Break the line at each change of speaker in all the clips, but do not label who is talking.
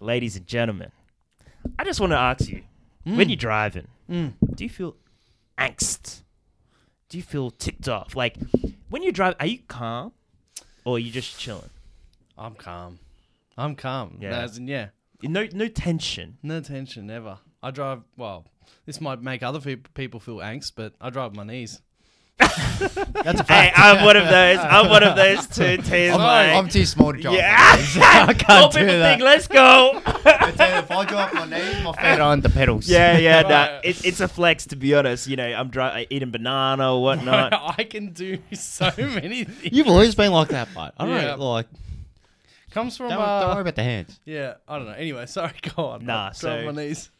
ladies and gentlemen, I just want to ask you when you're driving, do you feel angst? Do you feel ticked off? Like, when you drive, are you calm or are you just chilling?
I'm calm. I'm calm.
Yeah.
Yeah. As in, yeah.
No, no tension.
No tension ever. I drive. Well, this might make other fe- people feel angst, but I drive on my knees.
That's a
Hey,
fact.
I'm one of those. I'm one of those two tears.
I'm,
like,
I'm too small to go.
yeah,
I
all
can't do
people
that.
think. Let's go.
I tell you, if I go up my knees, my feet are on the pedals.
yeah, yeah. Nah,
Right.
it, it's a flex, to be honest. You know, I'm dry, eating banana or whatnot.
I can do so many things.
You've always been like that, mate. I don't
Yeah.
know, like
Comes from.
don't,
uh,
don't worry about the hands.
yeah, I don't know. Anyway, sorry. Go on.
Nah,
I drive
so-
on my knees.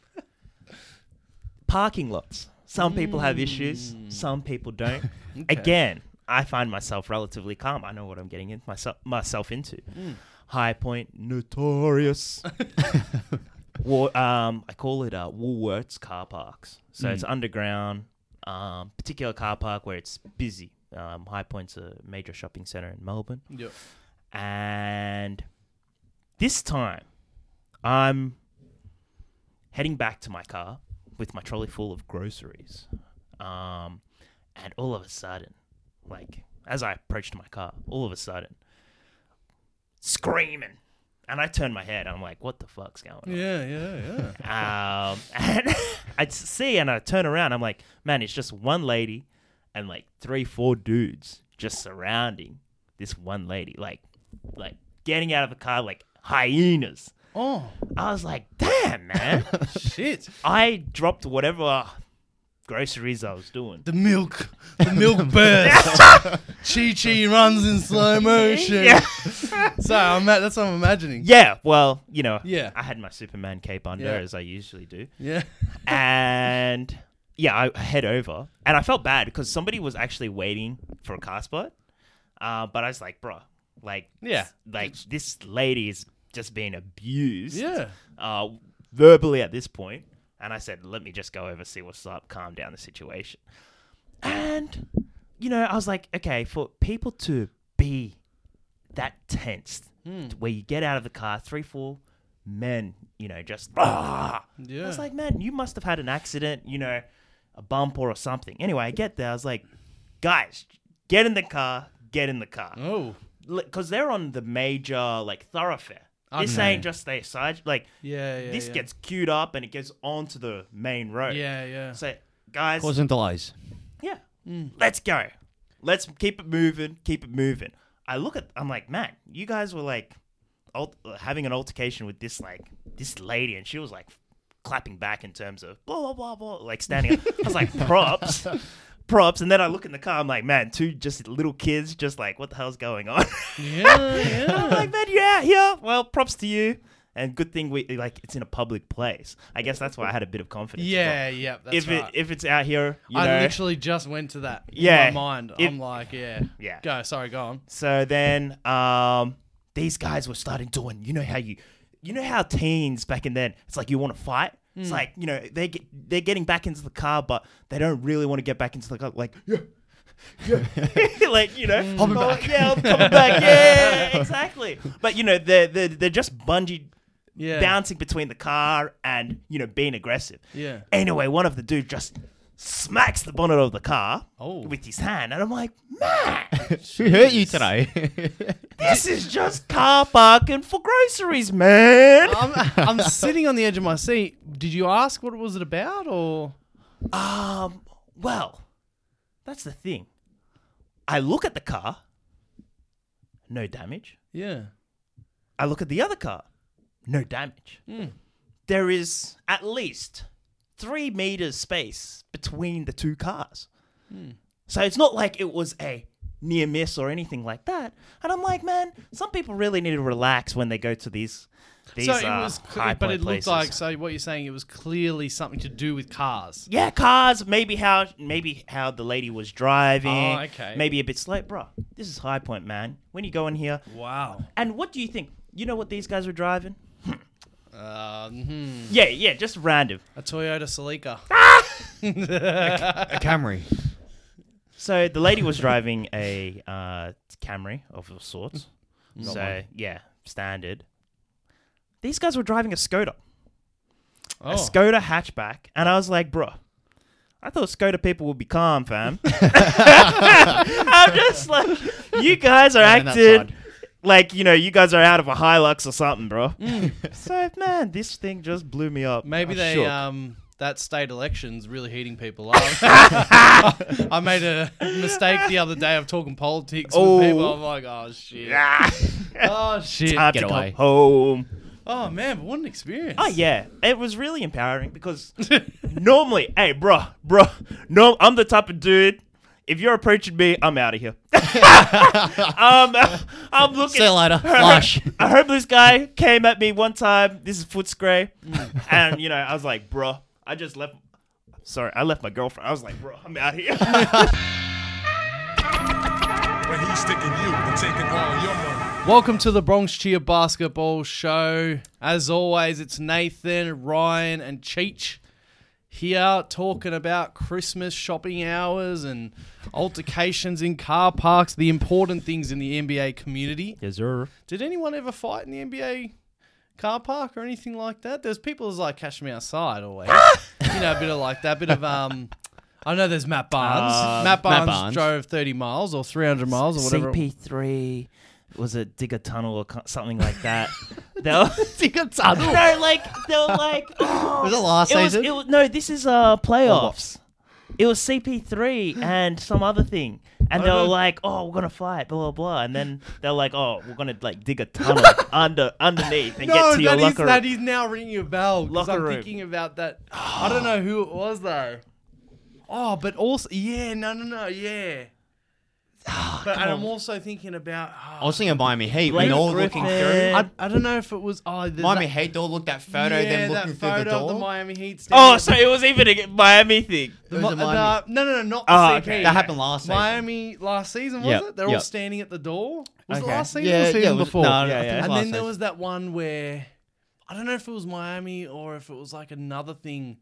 Parking lots. Some people have issues. Some people don't.
Okay.
Again, I find myself relatively calm. I know what I'm getting in myself myself into. High Point, notorious. Wa- um, I call it uh, Woolworths car parks. So it's underground, um, particular car park where it's busy. Um, High Point's a major shopping center in Melbourne.
Yep.
And this time, I'm heading back to my car with my trolley full of groceries. Um, and all of a sudden, like as I approached my car, all of a sudden, screaming. And I turned my head. I'm like, what the fuck's going on?
Yeah, yeah, yeah.
Um, and I see and I turn around. I'm like, man, it's just one lady and like three, four dudes just surrounding this one lady, like, like getting out of the car like hyenas.
oh
I was like, damn, man.
shit!
I dropped whatever groceries I was doing.
The milk, the milk burst. Chi Chi runs in slow motion.
Yeah.
So I'm, ma- that's what I'm imagining.
Yeah, well, you know,
Yeah.
I had my Superman cape under
Yeah.
as I usually do.
Yeah.
and yeah, I head over, and I felt bad because somebody was actually waiting for a car spot, uh, but I was like, bruh, like,
Yeah.
like this lady is just being abused,
Yeah.
uh, verbally at this point, and I said, let me just go over see what's up, calm down the situation, and you know, I was like, okay, for people to be that tensed,
Hmm.
where you get out of the car, three, four men, you know, just ah,
Yeah.
I was like, man, you must have had an accident, you know, a bump or something. Anyway, I get there. I was like, guys, get in the car, get in the car.
oh,
Because they're on the major, like, thoroughfare. This
Okay.
ain't just a side. Like,
yeah, yeah.
this
yeah.
gets queued up and it goes onto the main road.
Yeah, yeah.
So, guys,
Causing delays.
yeah,
Mm.
let's go. Let's keep it moving, keep it moving. I look at, I'm like, man, you guys were like alt- having an altercation with this, like, this lady, and she was like clapping back in terms of blah, blah, blah, blah, like standing up. I was like, props, props. And then I look in the car, I'm like, man, two just little kids, just like, what the hell's going on?
yeah,
I'm
yeah.
like, man, you're out here. Well, props to you. And good thing we, like, it's in a public place. I guess that's why I had a bit of confidence. as well.
yeah, yeah. That's
If,
right.
it, if it's out here, you
I
know,
literally just went to that
Yeah.
in my mind.
If-
I'm like, yeah.
Yeah.
Go, sorry, go on.
So then um, these guys were starting doing, you know how you, you know how teens back in then, it's like you want to fight. It's
Hmm.
like you know they get, they're getting back into the car, but they don't really want to get back into the car. Like yeah, yeah, like you know,
Hmm.
Hopping
"Oh,
back."
Yeah, I'm coming back. Yeah, exactly. But you know they're they're, they're just bungee
Yeah.
bouncing between the car and you know being aggressive.
Yeah.
Anyway, one of the dudes just smacks the bonnet of the car
Oh.
with his hand, and I'm like, man.
Who hurt you today?
This is just car parking for groceries, man.
I'm, I'm sitting on the edge of my seat. Did you ask what was it about or?
Um, well, that's the thing. I look at the car, no damage.
Yeah.
I look at the other car, no damage.
Hmm.
There is at least three meters space between the two cars.
Hmm.
So it's not like it was a near miss or anything like that. And I'm like, man, some people really need to relax when they go to these. These,
so it
uh,
was,
high
cl- but
point
it looked
places.
like. So what you're saying, it was clearly something to do with cars.
Yeah, cars. Maybe how maybe how the lady was driving.
Oh, okay.
Maybe a bit slow, bro. This is High Point, man. When you go in here,
Wow.
and what do you think? You know what these guys were driving?
Um, hmm.
Yeah, yeah, just random.
A Toyota Celica.
Ah,
a Camry.
So the lady was driving a uh, Camry of sorts. so yeah, standard. These guys were driving a Skoda,
Oh.
a Skoda hatchback, and I was like, bro, I thought Skoda people would be calm, fam. I'm just like, you guys are
Standing
acting
outside.
like you know, you guys are out of a Hilux or something, bro. so man, this thing just blew me up.
Mm. Maybe
I
they
shook.
um that state election's really heating people up. I made a mistake the other day of talking politics
Oh.
with people. I'm like, oh shit,
Ah,
oh shit.
time
Get
to
away.
come home.
Oh man, but what an experience.
Oh yeah, it was really empowering because normally, hey, bro, bro, no, I'm the type of dude. If you're approaching me, I'm out of here. um, I'm looking.
See you later. Flush.
I hope this guy came at me one time. This is Footscray, and you know, I was like, bro, I just left. Sorry, I left my girlfriend. I was like, bro, I'm out here.
But he's sticking you and taking all your money.
Welcome to the Bronx Cheer Basketball Show. As always, it's Nathan, Ryan, and Cheech here talking about Christmas shopping hours and altercations in car parks, the important things in the NBA community.
Yes, sir.
Did anyone ever fight in the NBA car park or anything like that? There's people that's like catch me outside always. you know, a bit of like that, bit of um. I know there's Matt Barnes.
Uh,
Matt, Barnes
Barnes.
drove 30 miles or 300 miles or whatever. it
CP3 was it dig a tunnel or co- something like that. they were,
Dig a tunnel.
no, like they were like. Oh,
Was it last
it was,
season?
it was- no, this is uh playoffs. It was CP3 and some other thing, and they were
Uh-huh.
like, "Oh, we're gonna fight," blah blah blah, and then they're like, "Oh, we're gonna like dig a tunnel under underneath and
No,
get to your
that is,
locker room."
that is now ringing a bell because
Locker
I'm
room.
thinking about that. I don't know who it was though. Oh, but also yeah, no, no, no, yeah.
Ah,
but, and I'm also thinking about.
I
Oh,
was thinking Miami Heat.
Blake
We all looking
Griffin.
through.
I, I don't know if it was. Oh, there's
Miami
that,
Heat all looked that photo,
yeah,
them looking
that photo
through the
of
door.
the Miami Heat.
oh,
standing-
so it was even a Miami thing.
The,
It
Mi-
was a Miami-
the- no, no, no, not the
Oh,
CP.
okay.
that happened last season.
Miami last season was
Yep,
it? They're all
yep.
standing at the door. Was
Okay.
it last season?
Yeah,
or
yeah,
season
it was-
before.
no, I Yeah,
think yeah. it was
And
last
then there
season.
was that one where I don't know if it was Miami or if it was like another thing.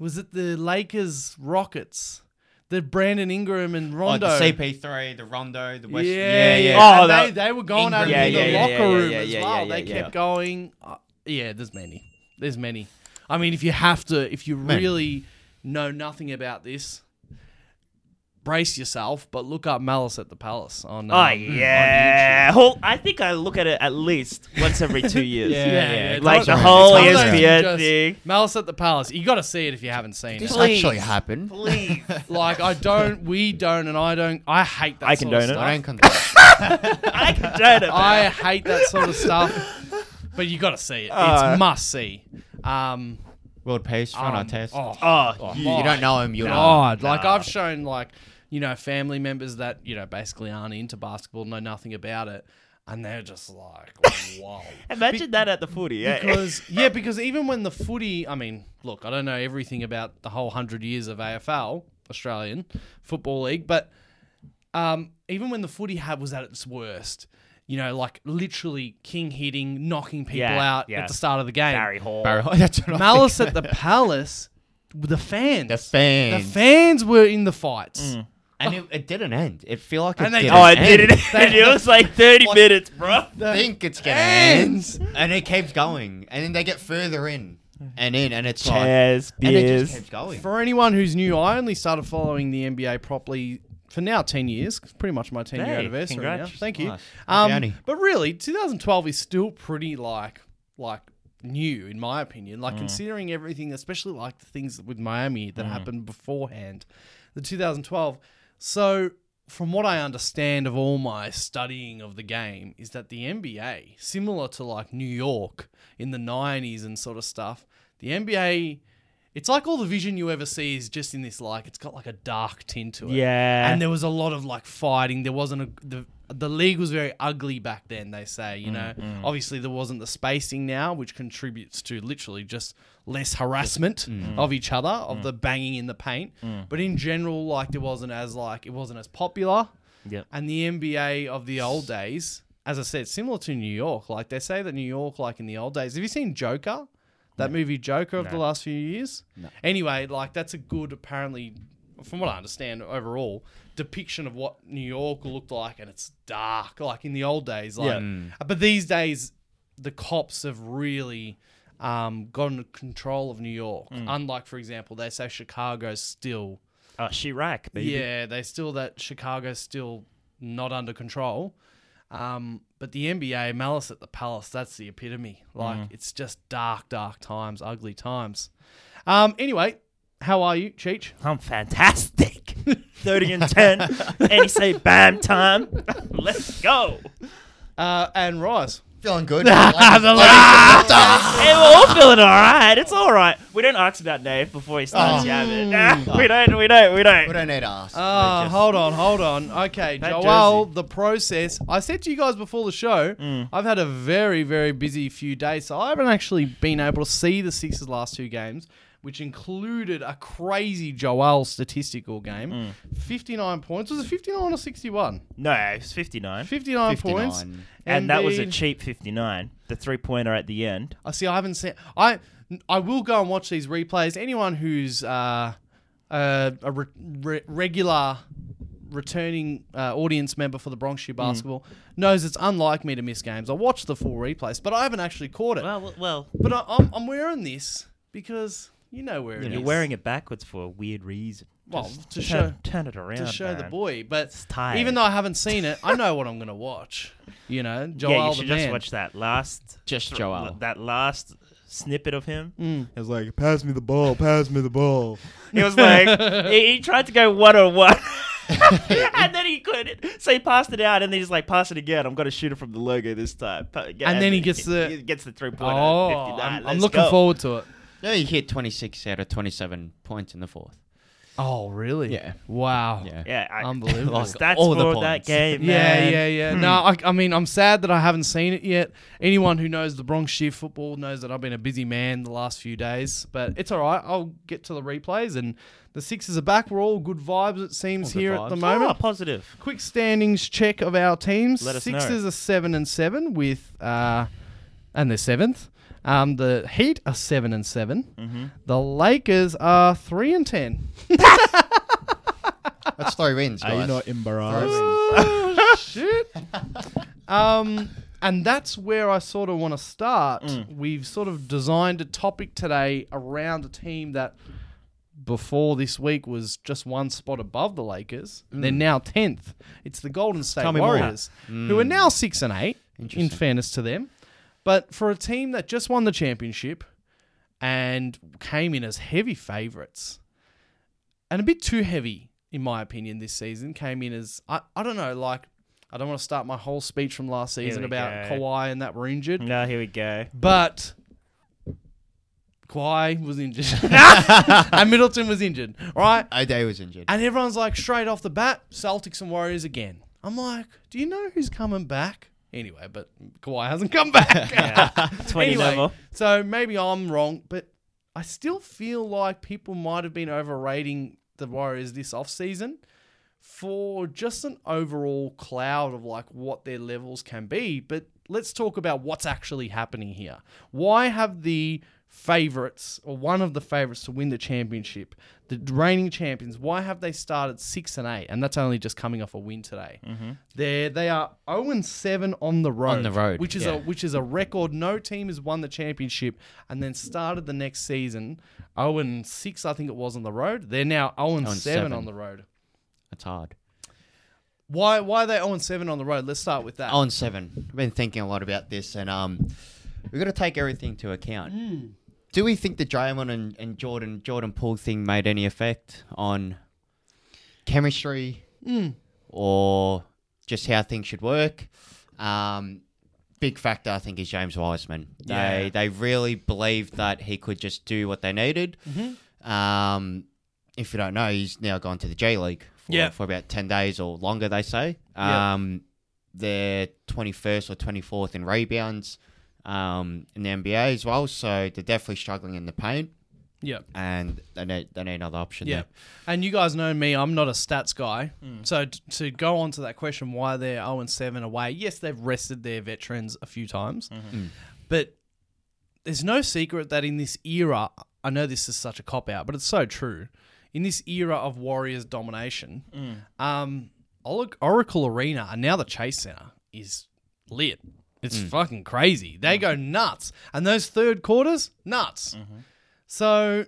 Was it the Lakers Rockets? The Brandon Ingram and
Like
Rondo.
Oh, the CP3, the Rondo, the West.
Yeah, yeah.
yeah. Oh,
And
that-
they, they were going out
Ingram.
in
Yeah,
the
yeah,
locker
yeah, yeah,
room
yeah,
as
yeah,
well.
yeah,
they
yeah,
kept going. Uh, yeah, there's many. There's many. I mean, if you have to, if you really know nothing about this, brace yourself. But look up Malice at the Palace on. um,
Oh
on
yeah, whole, I think I look at it at least once every two years.
Yeah,
YouTube.
yeah, yeah.
Like the
It's
whole E
one of those
you
ESPN
just-
thing.
Malice at the Palace. You got to see it if you haven't seen
This
it.
actually happened.
Please.
Like I don't, we don't, and I don't. I hate that.
I
sort
condone
of
it.
stuff.
I don't condone.
I can join it.
I hate that sort of stuff. But you got to see it. It's
Uh,
must see. Um,
World Peace, trying
um,
to test.
Oh,
oh,
you, you don't know him, you'll uh, know.
God. Like, I've shown, like, you know, family members that, you know, basically aren't into basketball, know nothing about it. And they're just like, wow.
imagine that at the footy. Yeah.
Because, yeah, because even when the footy, I mean, look, I don't know everything about the whole 100 years of AFL, Australian Football League, but um, even when the footy had was at its worst, you know, like literally king hitting, knocking people
Yeah,
out
yeah.
at the start of the game.
Barry Hall.
Barry Hall, That's what I
Malice
think.
at the Palace, the fans.
The fans.
The fans were in the fights.
Mm.
And it, it didn't end. It feel like it
And they-
didn't
Oh, I
end.
did it. it was like 30 minutes, bro.
I think it's gonna
Ends.
end. And it keeps going. And then they get further in and in and it's
Chairs,
like and it just
beers.
keeps going.
For anyone who's new, I only started following the NBA properly for now 10 years, 'cause pretty much my 10 year
Hey,
anniversary
congrats.
now. Thank you.
Nice.
Um,
Happy Annie.
but really, 2012 is still pretty like like new in my opinion. Like considering everything, especially like the things with Miami that happened beforehand, the 2012. So from what I understand of all my studying of the game is that the NBA, similar to like New York in the 90s and sort of stuff, the NBA it's like all the vision you ever see is just in this like it's got like a dark tint to it.
Yeah.
And there was a lot of like fighting. There wasn't a the the league was very ugly back then, they say, you know. Obviously there wasn't the spacing now, which contributes to literally just less harassment of each other, of the banging in the paint. But in general, like there wasn't as like it wasn't as popular.
Yep.
And the NBA of the old days, as I said, similar to New York. Like they say that New York, like in the old days, have you seen Joker? That movie Joker of the last few years? No. Anyway, like that's a good, apparently, from what I understand overall, depiction of what New York looked like. And it's dark, like in the old days. Like, But these days, the cops have really um, gotten control of New York. Unlike, for example, they say Chicago's still
Oh, Chirac, baby.
yeah, they still that Chicago's still not under control. Um, but the NBA malice at the palace, that's the epitome. Like it's just dark, dark times, ugly times. Um, anyway, how are you, Cheech?
I'm fantastic. 30 and 10. and you say, bam time. Let's go.
Uh, and Rise.
Feeling good. Like-
Ah.
Hey, we're all feeling all right. It's all right. We don't ask about Dave before he starts
Oh.
yapping. Nah, we don't. We don't. We
we
don't.
don't need to ask.
Ah,
Like just-
hold on, hold on. Okay,
That
Joel,
jersey.
the process. I said to you guys before the show,
Mm.
I've had a very, very busy few days, so I haven't actually been able to see the Sixers' last two games, which included a crazy Joel statistical game.
Mm.
59 points. Was it 59 or 61?
No, it's 59.
59, points.
59.
And that was a
then-
cheap 59. The three pointer at the end.
I see. I haven't seen. I I will go and watch these replays. Anyone who's uh, uh, a re- re- regular returning uh, audience member for the Bronx
Mm.
Shoe Basketball knows it's unlike me to miss games. I watched the full replays, but I haven't actually caught it.
Well, well.
but I, I'm, I'm wearing this because you know where it
You're
is.
wearing it backwards for a weird reason.
Well,
Just
to
turn,
show-
turn it around.
to show the
man.
boy, but
tight.
even though I haven't seen it, I know what I'm going to watch. You know, Joel
Yeah, you
the
should just
man.
watch that last.
Just Joel.
That last snippet of him.
It was like, pass me the ball, pass me the ball.
He was like, he, he tried to go one on one. and then he couldn't. So he passed it out and then he's like, pass it again. I'm going to shoot it from the logo this time. Pa- And,
then he gets the-
He gets the three point.
Oh, I'm, I'm looking forward to it.
No, he hit 26 out of 27 points in the fourth.
Oh, really?
Yeah.
Wow.
Yeah.
Yeah, I,
Unbelievable.
The stats
all the
for that
points.
game.
Yeah,
man. Hmm.
yeah, yeah. No, I, I mean, I'm sad that I haven't seen it yet. Anyone who knows the Bronx Shear football knows that I've been a busy man the last few days, but it's all right. I'll get to the replays, and the Sixers are back. We're all good vibes, it seems,
good
here at
vibes.
the
Ah,
moment.
positive.
Quick standings check of our teams.
Let us know.
Sixers are seven and seven with, uh, and they're seventh. Um, the Heat are seven and 7
Mm-hmm.
The Lakers are three and ten.
That's three wins,
Are you
guys.
not
Three
embarrassed?
wins.
Oh, shit. Um, and that's where I sort of want to start. We've sort of designed a topic today around a team that before this week was just one spot above the Lakers. They're now 10th. It's the Golden State
Tell me more.
Warriors, who are now 6 and 8, in
Interesting.
fairness to them. But for a team that just won the championship and came in as heavy favourites and a bit too heavy, in my opinion, this season. Came in as I, I don't know, like I don't want to start my whole speech from last season
we
about
go.
Kawhi and that were injured,
No, here we go.
but Kawhi was injured and Middleton was injured, right?
O'Day was injured.
And everyone's like, straight off the bat, Celtics and Warriors again. I'm like, do you know who's coming back? Anyway, but Kawhi hasn't come back.
20
anyway,
level.
So maybe I'm wrong, but I still feel like people might have been overrating the Warriors this offseason for just an overall cloud of like what their levels can be. But let's talk about what's actually happening here. Why have the favorites or one of the favorites to win the championship, the reigning champions, why have they started six and eight? And that's only just coming off a win today. They're, they are 0 and 7 on the road.
On the road,
Which is
yeah.
a which is a record. No team has won the championship and then started the next season 0 and 6, I think it was on the road. They're now 0 and
0 and
7
7.
on the road.
That's hard.
Why why are they 0 and 7 on the road? Let's start with that.
On Oh, seven. I've been thinking a lot about this, and um, we've got to take everything to account. Do we think the Draymond and, and Jordan Jordan Poole thing made any effect on chemistry or just how things should work? Um, big factor, I think, is James Wiseman. They
Yeah.
they really believed that he could just do what they needed.
Mm-hmm.
Um, if you don't know, he's now gone to the J League for,
Yeah.
for about 10 days or longer, they say.
Yeah.
Um, They're 21st or 24th in rebounds um, in the NBA as well. So they're definitely struggling in the paint
Yeah.
and they need, they need another option
Yeah.
there.
And you guys know me, I'm not a stats guy. So t- to go on to that question why they're 0 and 7 away, yes, they've rested their veterans a few times. But there's no secret that in this era, I know this is such a cop out, but it's so true. In this era of Warriors domination, uh, um, Oli- Oracle Arena and now the Chase Center is lit. It's fucking crazy. They go nuts. And those third quarters, nuts. So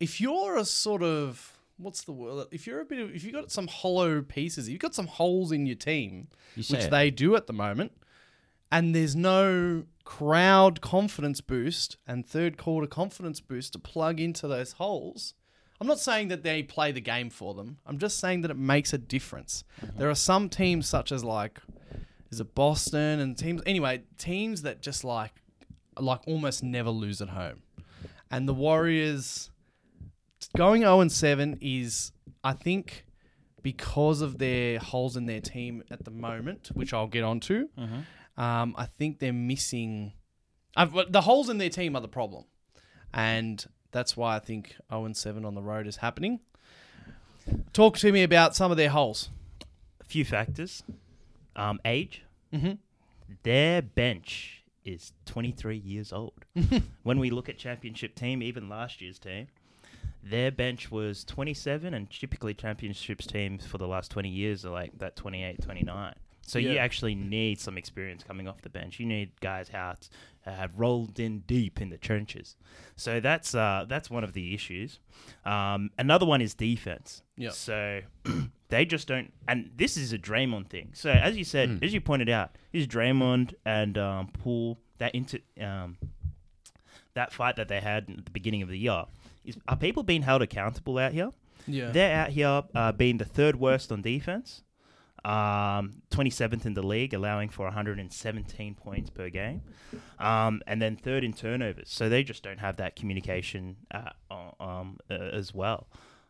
if you're a sort of what's the word? If you're a bit of if you've got some hollow pieces, if you've got some holes in your team,
say
which
it.
they do at the moment, and there's no crowd confidence boost and third quarter confidence boost to plug into those holes. I'm not saying that they play the game for them. I'm just saying that it makes a difference. There are some teams such as like is it Boston and teams anyway, teams that just like like almost never lose at home. And the Warriors going 0 and 7 is I think because of their holes in their team at the moment, which I'll get onto. Um, I think they're missing I've, but the holes in their team are the problem. And that's why I think 0 and 7 on the road is happening. Talk to me about some of their holes.
A few factors. Um, age. Mm-hmm. Their bench is 23 years old. when we look at championship team, even last year's team, their bench was 27, and typically championships teams for the last 20 years are like that 28, 29. So you
Yeah.
actually need some experience coming off the bench. You need guys how t- uh, have rolled in deep in the trenches. So that's uh, that's one of the issues. Um, another one is defense.
Yeah.
So they just don't. And this is a Draymond thing. So as you said, as you pointed out, is Draymond and um, Poole that into um, that fight that they had at the beginning of the year? Is are people being held accountable out here?
Yeah.
They're out here uh, being the third worst on defense, um, 27th in the league, allowing for 117 points per game, um, and then third in turnovers. So they just don't have that communication uh, o- um, uh, as well.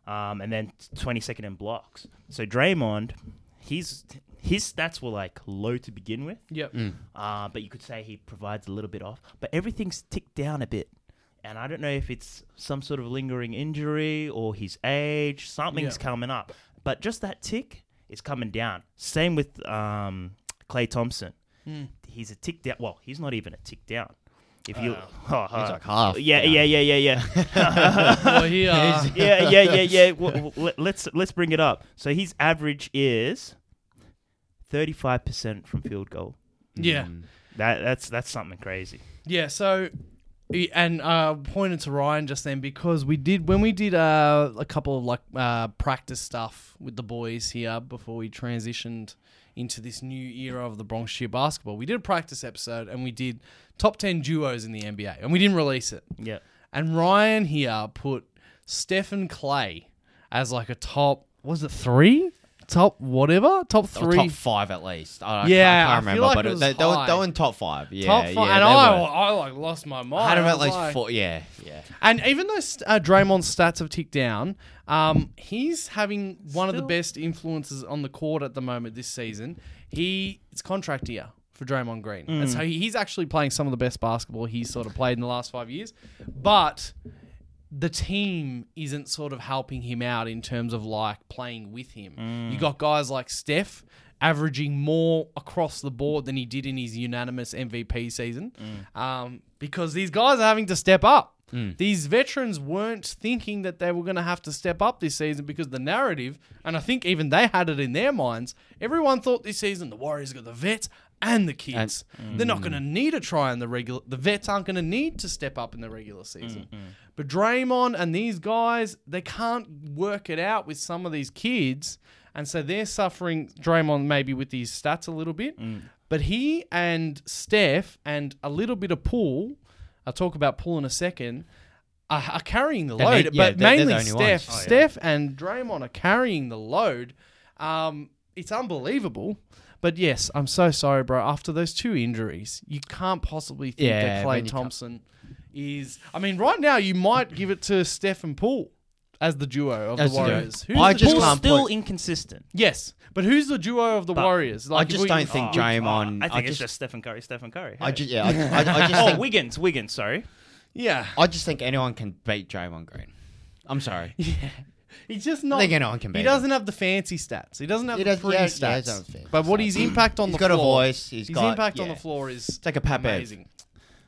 Um, and then 22nd in blocks. So Draymond, his his stats were like low to begin with.
Yep.
Mm.
Uh, but you could say he provides a little bit off. But everything's ticked down a bit. And I don't know if it's some sort of lingering injury or his age. Something's
Yeah.
coming up. But just that tick is coming down. Same with um, Clay Thompson. He's a tick down. Well, he's not even a tick down. If you, oh,
He's like half,
Yeah,
you know.
yeah, yeah, yeah, yeah.
Well, uh, here are-
yeah, yeah, yeah, yeah. W- w- let- let's let's bring it up. So his average is thirty-five percent from field goal.
Mm.
yeah.
That that's that's something crazy.
Yeah, so e- and uh pointed to Ryan just then because we did when we did uh, a couple of like uh, practice stuff with the boys here before we transitioned into this new era of the Bronx Cheer basketball. We did a practice episode and we did top 10 duos in the NBA and we didn't release it.
Yeah.
And Ryan here put Stephen Clay as like a top was it 3? Top whatever? Top 3.
Or Oh, top five at least. I, I can't-
Yeah,
I
I
can't
feel
remember,
like
but
it
it-
was
they, they, were, they
high.
were in top five. Yeah,
Top five,
yeah,
and
they
I, "Oh,
were.
I like lost my mind.
I had them
I
at
was
least
like-
four. Yeah, yeah.
And even though uh, Draymond's stats have ticked down, um, he's having one of the
Still-
best influences on the court at the moment this season. He it's contract year for Draymond Green,
Mm.
and so he- he's actually playing some of the best basketball he's sort of played in the last five years. But the team isn't sort of helping him out in terms of like playing with him. You got guys like Steph averaging more across the board than he did in his unanimous MVP season um, because these guys are having to step up. These veterans weren't thinking that they were going to have to step up this season because the narrative, and I think even they had it in their minds, everyone thought this season the Warriors got the vets and the kids. They're not going to need a try in the regular. The vets aren't going to need to step up in the regular season. But Draymond and these guys, they can't work it out with some of these kids, and so they're suffering. Draymond maybe with his stats a little bit, but he and Steph and a little bit of Pool. I'll talk about Pool in a second. Are, are carrying the
They
load,
need- yeah,
but
they're- they're
mainly
the only ones. Oh,
Steph. Steph and Draymond are carrying the load. Um, it's unbelievable. But yes, I'm so sorry, bro. After those two injuries, you can't possibly think
Yeah,
that Clay
when you can't-
Thompson is. I mean, right now you might give it to Steph and Poole as the duo of
As
the
the duo.
Warriors.
I
the
just
duo-
Paul's
can't
still
put-
inconsistent.
Yes, but who's the duo of the Warriors?
I
if
just
we-
don't think Draymond.
Oh, I think it's
just,
just Stephen Curry. Stephen Curry.
I
Hey.
just, yeah, I, I, I just
oh,
think,
Wiggins. Wiggins. Sorry.
Yeah,
I just think anyone can beat Draymond Green. I'm sorry.
he's just not.
I think anyone can beat
He
him.
doesn't have the fancy stats. He doesn't have
He
the
does-
pretty
yeah,
stats.
yeah, he doesn't have fancy
but what
stats.
his impact on
He's
the
got a
floor,
voice, he's
his
got-
impact on
yeah.
the floor is
like a Pat Bev.
amazing.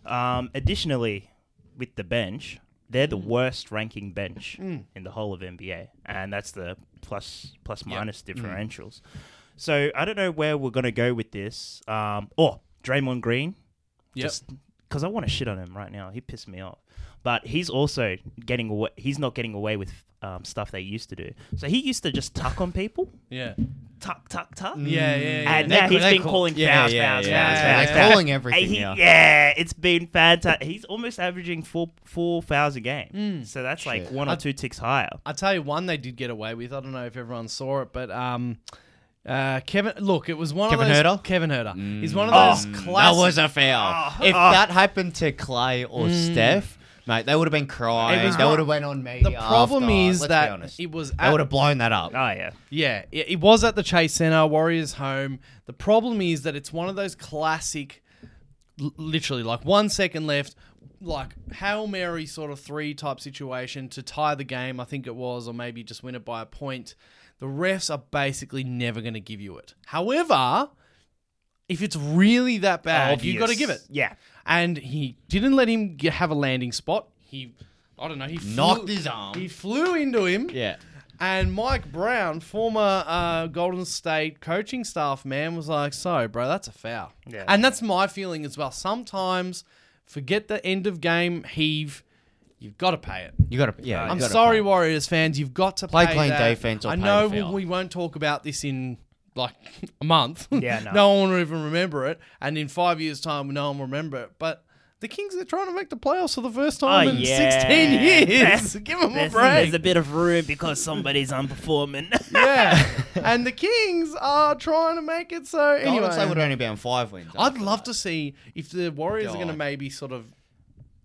Um, additionally, with the bench, they're the worst ranking bench
Mm.
in the whole of NBA, and that's the plus
Mm.
plus minus differentials. So I don't know where we're gonna go with this. Um, oh, Draymond Green.
Yep.
Just because I want to shit on him right now. He pissed me off. But he's also getting away. He's not getting away with um, stuff they used to do. So he used to just tuck on people,
yeah.
tuck, tuck, tuck.
Yeah, yeah, yeah.
And
They
now he's
call- they
been
call-
calling
yeah,
fouls,
yeah,
fouls,
yeah,
fouls,
yeah.
fouls,
They're
fouls.
calling
And
everything
he-
now.
Yeah, it's been fantastic. He's almost averaging four four fouls a game.
Mm.
So that's like
Shit.
one or two ticks higher.
I tell you, one they did get away with. I don't know if everyone saw it, but um, uh, Kevin. Look, it was one
Kevin
of those.
Huerter?
Kevin Herder. He's one of those
Mm,
classic.
That was a
Ah,
foul.
Oh,
if
oh.
that happened to Clay or Steph, mate, they would have been crying.
Mm. It was
they
one-
would have went on me.
the problem
after.
is
Let's be
that
honest.
it was.
they
At,
would have blown that up.
Oh yeah.
yeah, it, it was at the Chase Center, Warriors' home. The problem is that it's one of those classic, l- literally like one second left, like hail mary sort of three type situation to tie the game. I think it was, or maybe just win it by a point. The refs are basically never going to give you it. However, if it's really that bad, Oh, you got to
Obvious.
give it.
Uh, Yeah.
and he didn't let him g- have a landing spot. He, I don't know, he flew,
Knocked his arm.
He flew into him.
Yeah.
And Mike Brown, former uh, Golden State coaching staff man, was like, "So, bro, that's a foul."
Yeah.
And that's my feeling as well. Sometimes, forget the end of game heave. You've got to pay it.
You got to. Yeah. you
I'm
gotta
sorry,
play.
Warriors fans. You've got to
Play
pay
clean
that.
defense or
I
pay
know
the
we,
foul.
we won't talk about this in like a month.
Yeah, no.
one will even remember it, and in five years' time, no one will remember it. But the Kings are trying to make the playoffs for the first time
Oh,
in 16 Oh, years. Give them
Oh,
a
there's,
break.
There's a bit of room because somebody's unperforming.
yeah, and the Kings are trying to make it so.
Golden State
Anyway,
would only be on five wins.
I'd love to see if the Warriors are going to
God.
maybe sort of.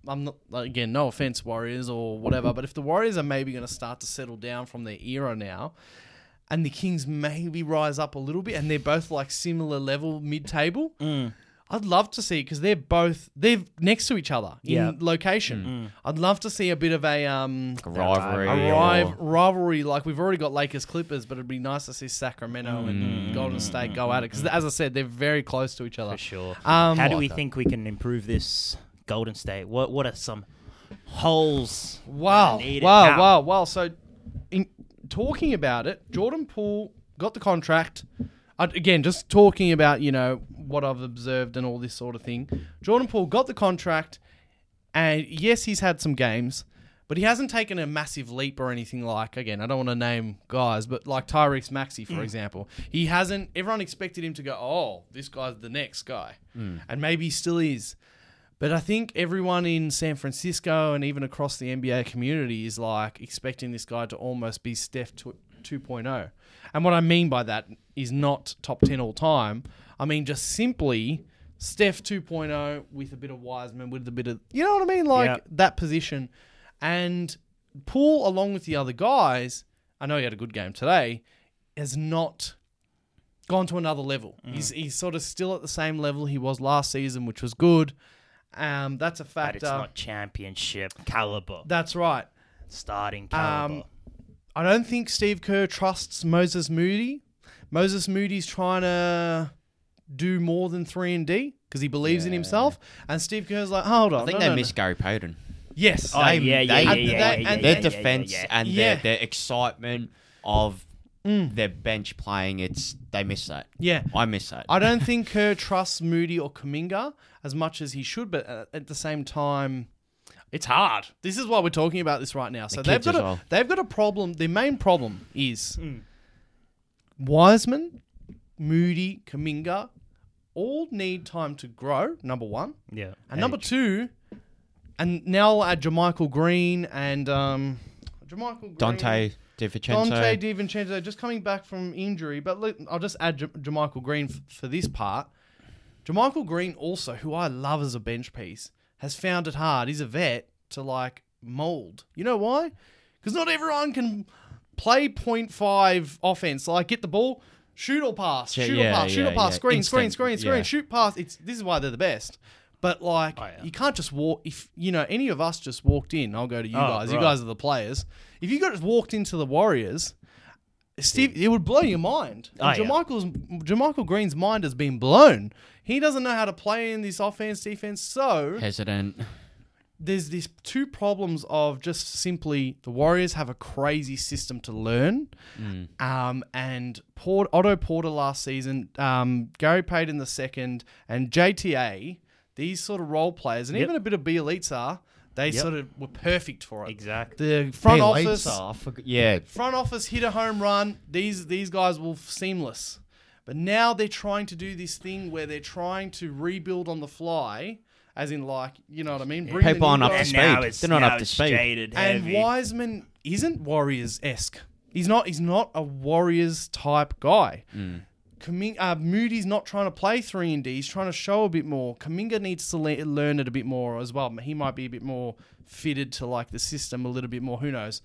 I'm not like, again. No offense, Warriors or whatever, but if the Warriors are maybe going to start to settle down from their era now, and the Kings maybe rise up a little bit, and they're both like similar level mid-table, I'd love to see because they're both they're next to each other
Yeah.
in location. I'd love to see a bit of a um
rivalry.
a
or-
riv- rivalry like we've already got Lakers Clippers, but it'd be nice to see Sacramento and Golden State go at it because, as I said, they're very close to each other.
Mm. For sure.
Um,
How do we think we can improve this Golden State? What What are some holes?
Wow,
Need it
wow,
now.
wow, wow. So, in talking about it, Jordan Poole got the contract. Uh, Again, just talking about you know what I've observed and all this sort of thing. Jordan Poole got the contract, and yes, he's had some games, but he hasn't taken a massive leap or anything like. Again, I don't want to name guys, but like Tyrese Maxey, for example, he hasn't. Everyone expected him to go, oh, this guy's the next guy, and maybe he still is. But I think everyone in San Francisco and even across the NBA community is like expecting this guy to almost be Steph tw- 2.0. And what I mean by that is not top 10 all time. I mean just simply Steph 2.0 with a bit of Wiseman, with a bit of, you know what I mean? Like
Yeah.
that position. And Paul, along with the other guys, I know he had a good game today, has not gone to another level.
Mm.
He's, he's sort of still at the same level he was last season, which was good. Um, that's a
But
factor.
it's not championship caliber,
that's right.
Um,
starting caliber.
I don't think Steve Kerr trusts Moses Moody. Moses Moody's trying to do more than three and D because he believes in himself. And Steve Kerr's like, "Oh, hold on,
I think
no,
they
no, no.
missed Gary Payton.
Yes,
Oh,
They-
yeah, yeah,
they-
yeah,
and
yeah,
they-
yeah,
and
yeah, yeah,
their
yeah, yeah,
defense
yeah.
and
Yeah.
their, their excitement of
Mm.
their bench playing. It's they miss that.
yeah.
I miss that.
I don't think Kerr trusts Moody or Kaminga as much as he should, but uh, at the same time, it's hard. This is why we're talking about this right now. So they've
kids
got a
as well.
they've got a problem. Their main problem is Wiseman, Moody, Kaminga all need time to grow. Number one,
Yeah.
and number two, and now I'll add Jermichael Green and um, Jermichael Green,
Dante DiVincenzo.
Dante DiVincenzo just coming back from injury, but look, I'll just add J- Jermichael Green f- for this part. Jermichael Green also, who I love as a bench piece, has found it hard. He's a vet to like mold. You know why? Because not everyone can play 0.5 offense. Like get the ball, shoot or pass,
Yeah,
shoot or
yeah,
pass, shoot or
yeah,
pass,
yeah.
screen, screen,
Instinct,
screen, screen,
yeah.
shoot pass. It's this is why they're the best. But like
Oh,
you can't just walk if you know any of us just walked in. I'll go to you
Oh,
guys. You
right.
guys are the players. If you got walked into the Warriors, Steve, it would blow your mind.
Oh,
And
yeah.
Jermichael's Jermichael Green's mind has been blown. He doesn't know how to play in this offense, defense. So
hesitant.
there's these two problems of just simply the Warriors have a crazy system to learn, um, and Port, Otto Porter last season, um, Gary Payton the second, and JTA, these sort of role players, and
Yep.
even a bit of Bielitsa, they sort of were perfect for it.
Exactly.
The front
Bielitsa,
office,
Oh, I forgot- yeah.
front office hit a home run. These these guys will f- seamless. But now they're trying to do this thing where they're trying to rebuild on the fly, as in like you know what I mean. Bring the
People aren't
new
up to
guys-
And now
speed.
it's
They're not
now
up to
it's
speed.
Jaded
And
heavy.
Wiseman isn't Warriors esque. He's not. He's not a Warriors type guy.
Mm.
Kamin- uh, Moody's not trying to play three and D. He's trying to show a bit more. Kaminga needs to le- learn it a bit more as well. He might be a bit more fitted to like the system a little bit more. Who knows?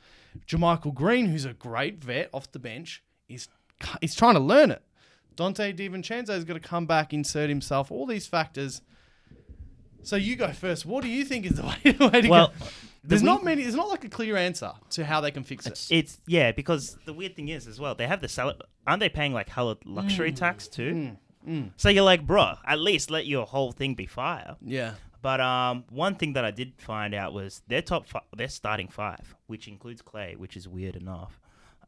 Jermichael Green, who's a great vet off the bench, is is trying to learn it. Dante DiVincenzo is going to come back, insert himself. All these factors. So you go first. What do you think is the way, the way to
Well,
go?
the
There's not
weak-
many. There's not like a clear answer to how they can fix it.
It's yeah, because the weird thing is as well, they have the salary. Aren't they paying like hella
Mm.
luxury tax too? So you're like, bruh, at least let your whole thing be fire.
Yeah.
But um, one thing that I did find out was their top, fi- their starting five, which includes Clay, which is weird enough,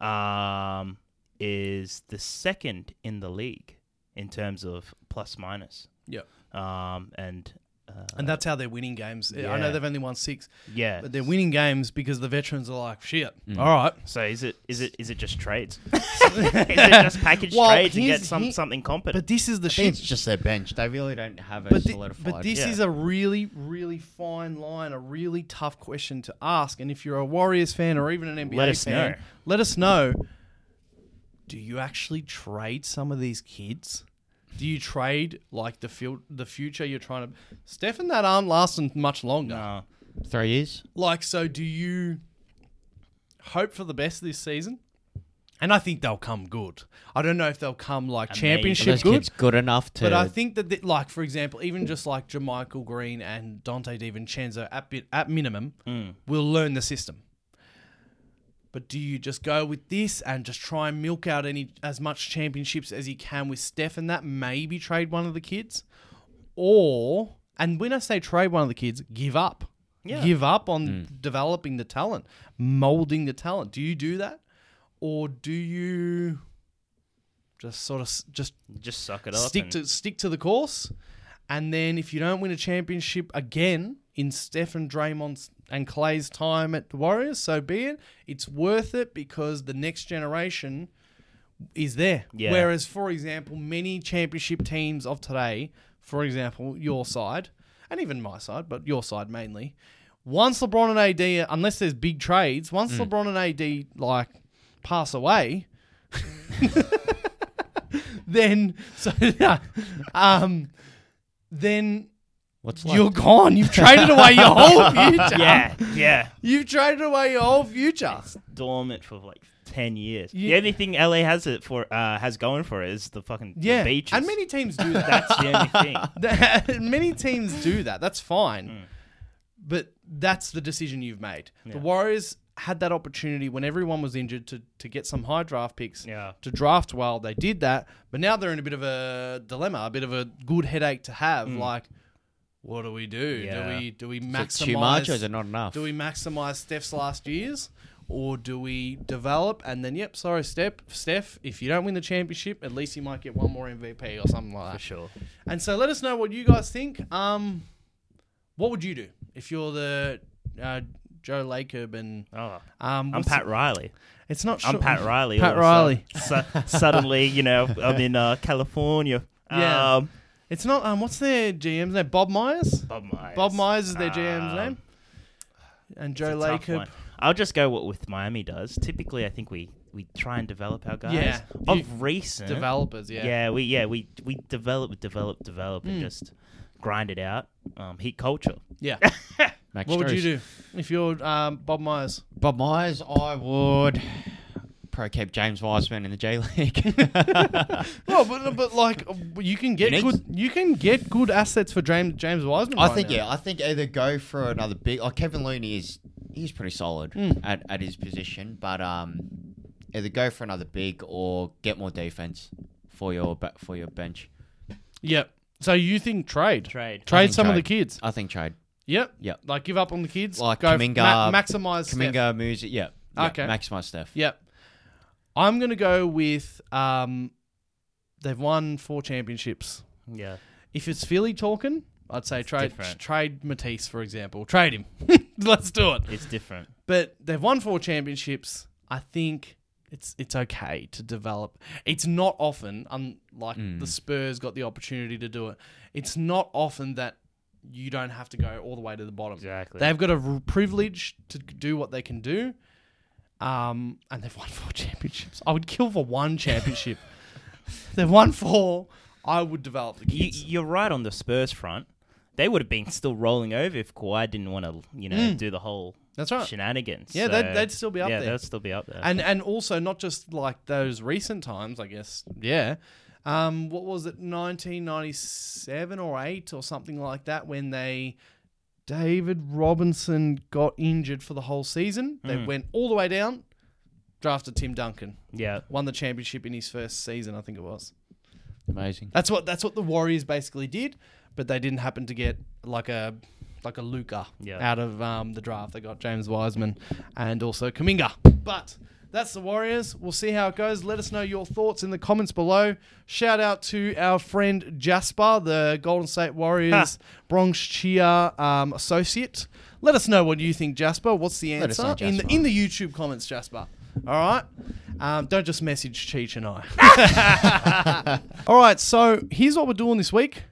um, is the second in the league in terms of plus minus.
Yeah.
Um, and uh,
And that's how they're winning games. I
Yeah.
know they've only won six,
yeah,
but they're winning games because the veterans are like, shit. All right.
so is it is it is it just trades? is it just package
Well,
trades and
here's-
get some
he-
something competent?
But this is the
I think it's
shit.
just their bench. They really don't have a
But, thi-
solidified.
but this
Yeah.
is a really, really fine line, a really tough question to ask. And if you're a Warriors fan or even an NBA
Let us
fan,
know.
let us know. Do you actually trade some of these kids? Do you trade like the field, the future you're trying to? Stefan, that arm lasted much longer.
No.
three years.
Like, so do you hope for the best this season? And I think they'll come good. I don't know if they'll come like
Amazing.
Are
championship
those
good,
kids good enough to?
but I think that, the, like, for example, even just like Jermichael Green and Dante DiVincenzo at, bit, at minimum will learn the system. But do you just go with this and just try and milk out any as much championships as you can with Steph and that maybe trade one of the kids? Or and when I say trade one of the kids, give up.
Yeah.
Give up on developing the talent, molding the talent. Do you do that? Or do you just sort of s- just
just suck it up.
stick
and-
to stick to the course, and then if you don't win a championship again in Steph and Draymond's and Clay's time at the Warriors, so be it. It's worth it because the next generation is there.
Yeah.
Whereas, for example, many championship teams of today, for example, your side and even my side, but your side mainly, once LeBron and AD, unless there's big trades, once
Mm.
LeBron and AD like pass away, then so um, then
what's
you're gone. You've traded away your whole future.
yeah, yeah.
You've traded away your whole future.
dormant for like ten years.
Yeah.
The only thing LA has it for uh, has going for it is the fucking the
Yeah,
beaches.
and many teams do that.
that's the only thing.
That- many teams do that. That's fine.
Mm.
But that's the decision you've made. The Warriors had that opportunity when everyone was injured to, to get some high draft picks
Yeah.
to draft well. They did that. But now they're in a bit of a dilemma, a bit of a good headache to have. Like, what do we do?
Mm. Yeah.
Do we do we
It's
maximize
too much or is it not enough?
do we maximize Steph's last years? Or do we develop and then, yep, sorry, Steph, Steph, if you don't win the championship, at least you might get one more MVP or something like that.
For sure.
And so let us know what you guys think. Um, what would you do if you're the uh, Joe Lacob and
Oh.
um,
I'm
what's-
Pat Riley.
It's not.
I'm
sure-
Pat Riley.
Pat
all of a
Riley.
sudden. Su- suddenly, you know, I'm in uh, California.
Yeah.
Um,
It's not. Um, what's their GM's name? Bob Myers.
Bob Myers.
Bob Myers is their GM's
Um,
name. And
it's
Joe
a tough
Lacob.
one. I'll just go what with Miami does. Typically, I think we we try and develop our guys.
Yeah.
Of
You-
recent.
Developers, yeah. Hmm.
Yeah, we yeah we we develop develop develop and just grind it out. Um, heat culture.
Yeah.
Max
what would you
Strus.
do if you're um, Bob Myers?
Bob Myers, I would pro keep James Wiseman in the J League.
Well, but, but like you can get
You need-
good, you can get good assets for James James Wiseman.
I
right
think
now.
yeah, I think either go for another big like Kevin Looney is he's pretty solid
Hmm.
at, at his position, but um either go for another big or get more defense for your ba- for your bench.
Yep. So you think trade?
Trade.
Trade
think
some of the
trade.
kids.
I think trade.
Yep.
Yep.
Like give up on the kids.
Like
go
Kaminga,
ma- maximize. Steph.
Kaminga, Muzi, yeah, yeah,
Okay.
maximize Steph.
Yep. I'm gonna go with um, they've won four championships.
Yeah.
If it's Philly talking, I'd say trade
different.
trade Matisse for example. Trade him. Let's do it.
It's different.
But they've won four championships. I think it's it's okay to develop. It's not often, unlike
Mm.
the Spurs got the opportunity to do it. It's not often that you don't have to go all the way to the bottom.
Exactly.
They've got a r- privilege to do what they can do, um, and they've won four championships. I would kill for one championship. they've won four. I would develop the
You,
kids.
you're right on the Spurs front. They would have been still rolling over if Kawhi didn't want to, you know, do the whole
That's right.
shenanigans.
Hmm. Yeah, they'd- they'd still be up
yeah,
there.
they'd still be up there.
and and also not just like those recent times, I guess. Yeah. Um, what was it, 1997 or eight or something like that, when they David Robinson got injured for the whole season. They
Hmm.
went all the way down, drafted Tim Duncan,
yeah,
won the championship in his first season, I think it was.
Amazing.
That's what that's what the Warriors basically did, but they didn't happen to get like a like a Luca
Yeah.
out of um, the draft. They got James Wiseman and also Kaminga. But that's the Warriors. We'll see how it goes. Let us know your thoughts in the comments below. Shout out to our friend Jasper, the Golden State Warriors Bronx Cheer um, associate. Let us know what you think, Jasper. What's the
Let us
answer
know,
in the
Jasper.
in the YouTube comments, Jasper? All right. Um, don't just message Cheech and I. All right, so here's what we're doing this week.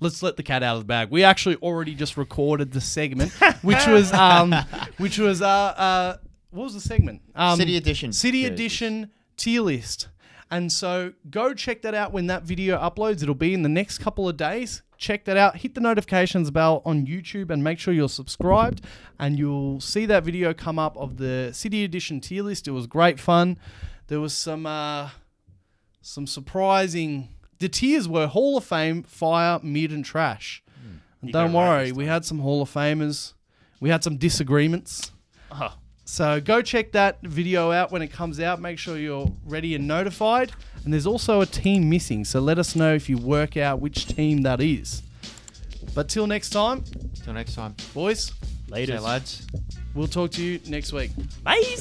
Let's let the cat out of the bag. We actually already just recorded the segment, which was um, which was uh, uh, what was the segment? Um,
City Edition.
City
Yeah,
Edition tier list. And so go check that out when that video uploads. It'll be in the next couple of days. Check that out. Hit the notifications bell on YouTube and make sure you're subscribed. And you'll see that video come up of the City Edition tier list. It was great fun. There was some uh, some surprising. The tiers were Hall of Fame, Fire, Mid, and Trash. And don't worry, we had some Hall of Famers. We had some disagreements.
Oh.
So go check that video out when it comes out. Make sure you're ready and notified. And there's also a team missing, so let us know if you work out which team that is. But till next time,
Till next time.
boys,
later,
lads.
we'll talk to you next week.
Bye.